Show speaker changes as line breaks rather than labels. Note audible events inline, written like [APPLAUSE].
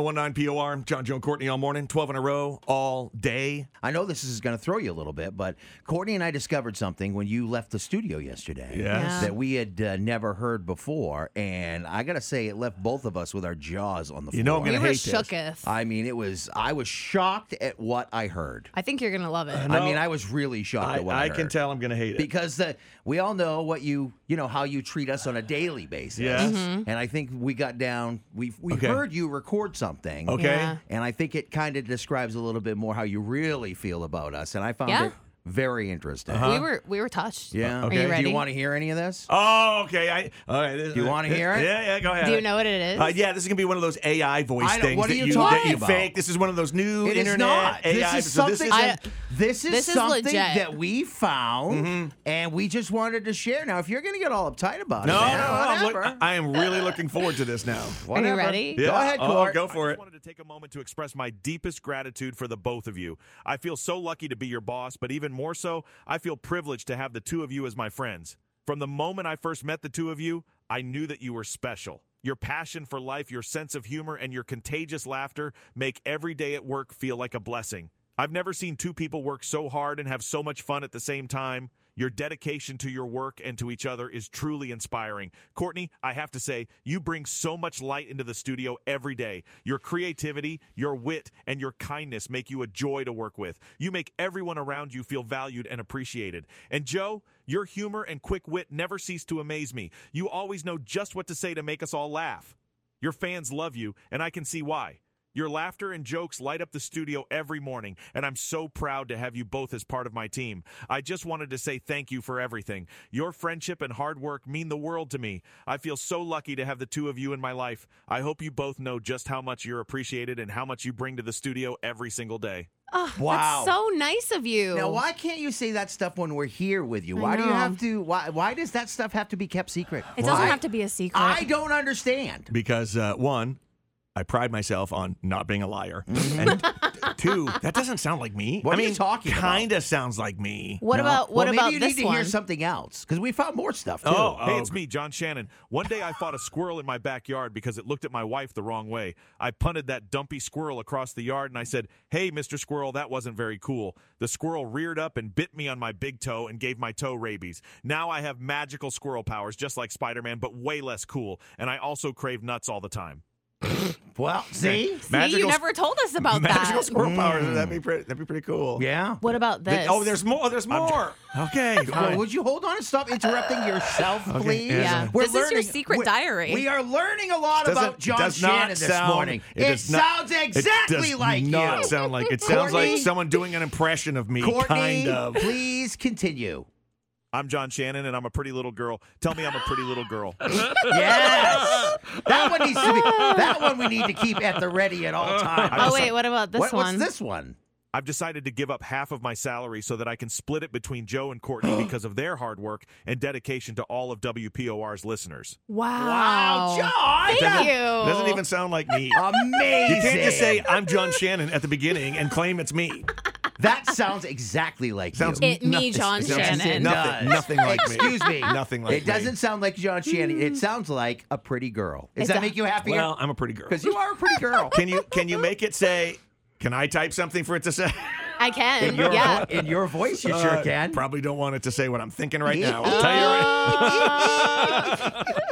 1019 POR, John Joe Courtney all morning, 12 in a row, all day.
I know this is going to throw you a little bit, but Courtney and I discovered something when you left the studio yesterday
Yes.
that we had uh, never heard before, and I got to say it left both of us with our jaws on the floor.
You know I'm
We
gonna
were
hate this.
shooketh. I,
I mean, it was I was shocked at what I heard.
think you're gonna love it.
I mean, I was really shocked
I,
at what I,
I
heard.
can tell I'm going to hate it.
because the, we all know what you you know how you treat us on a daily basis.
Yes.
And I think we got down. We we
Okay.
heard you record something.
Okay.
Yeah.
And I think it kind of describes a little bit more how you really feel about us. And I found
Yeah.
it very interesting.
We were we were touched.
Yeah.
Are you ready?
Do you want to hear any of this?
Oh, okay. I all right.
Do you wanna hear it?
Yeah, yeah. Go ahead.
Do you know what it is?
Uh, yeah, this is gonna be one of those AI voice
I don't-
things
what are
that
you
you, that
talking
you
about?
fake. This is one of those new
It is
internet
not.
AI.
this is
so
something.
isn't-
I-
this is
This is
something
legit.
that we found, and we just wanted to share. Now, if you're going to get all uptight about
no,
it,
no,
man,
no, I'm look-
whatever.
I am really looking forward to this now.
Are you
Whatever. [LAUGHS]
ready?
Go ahead,
Oh,
Court.
go for
I
it.
just wanted to take a moment to express my deepest gratitude for the both of you. I feel so lucky to be your boss, but even more so, I feel privileged to have the two of you as my friends. From the moment I first met the two of you, I knew that you were special. Your passion for life, your sense of humor, and your contagious laughter make every day at work feel like a blessing. I've never seen two people work so hard and have so much fun at the same time. Your dedication to your work and to each other is truly inspiring. Courtney, I have to say, you bring so much light into the studio every day. Your creativity, your wit, and your kindness make you a joy to work with. You make everyone around you feel valued and appreciated. And Joe, your humor and quick wit never cease to amaze me. You always know just what to say to make us all laugh. Your fans love you, and I can see why. Your laughter and jokes light up the studio every morning, and I'm so proud to have you both as part of my team. I just wanted to say thank you for everything. Your friendship and hard work mean the world to me. I feel so lucky to have the two of you in my life. I hope you both know just how much you're appreciated and how much you bring to the studio every single day.
Oh,
Wow.
That's so nice of you.
Now, why can't you say that stuff when we're here with you?
I
Why do you
know.
have to? Why? Why does that stuff have to be kept secret?
It
Why?
doesn't have to be a secret.
I don't understand.
because uh, one, I pride myself on not being a
[LAUGHS]
liar, and two, that doesn't sound like me.
What
I
are you
mean,
talking about?
Kinda sounds like me.
what
No.
about what
well,
about
maybe you
this
need to
one?
hear something else because we found more stuff too.
Oh,
Hey, it's me, John Shannon. One day I fought a squirrel in my backyard because it looked at my wife the wrong way. I punted that dumpy squirrel across the yard and I said, Hey, Mr. Squirrel, that wasn't very cool. The squirrel reared up and bit me on my big toe and gave my toe rabies. Now I have magical squirrel powers, just like Spider Man, but way less cool. And I also crave nuts all the time.
well, see,
See, you never told us about
magical
that.
squirrel powers. That'd be pretty. That'd be pretty cool.
yeah.
What about
Th-
this?
Oh, there's more. There's more. Okay.
Well,
fine.
would you hold on and stop interrupting yourself, please?
yeah.
We're
This is your
learning-
secret
we-
diary.
We are learning a lot
Doesn't-
about John
does not
Shannon this
sound-
morning. It,
does not-
sounds exactly
it does
like
not
you.
sound like it sounds
Courtney?
like someone doing an impression of me,
Courtney,
kind of. [LAUGHS]
please continue.
I'm John Shannon and I'm a pretty little girl. Tell me I'm a pretty little girl.
Yes, that one needs to be. That one we need to keep at the ready
[LAUGHS]
at all times.
oh wait, what about this
What-
one?
What's this one?
I've decided to give up half of my salary so that I can split it between Joe and
[GASPS]
Courtney because of their hard work and dedication to all of WPOR's listeners.
Wow.
John.
Oh. Thank you.
Doesn't even sound like
[LAUGHS]
me.
Amazing.
You can't just say I'm John Shannon at the beginning and claim it's me.
that sounds exactly like
Sounds
you.
It me, John
It
sounds
Shannon.
nuts.
Nothing, nothing like me.
Excuse me.
Nothing like
it doesn't
Me.
sound like John Shannon.
Mm.
It sounds like a pretty girl. Does
It's
that
a-
make you
[LAUGHS]
happier?
Well, I'm a pretty girl.
Because you are a pretty girl.
Can you can you make it say? Can I type something for it to say?
I can.
Your
Yeah.
vo- in your voice, you
Uh,
sure can.
Probably don't want it to say what I'm thinking right
Yeah.
now. I'll tell you right.
Uh,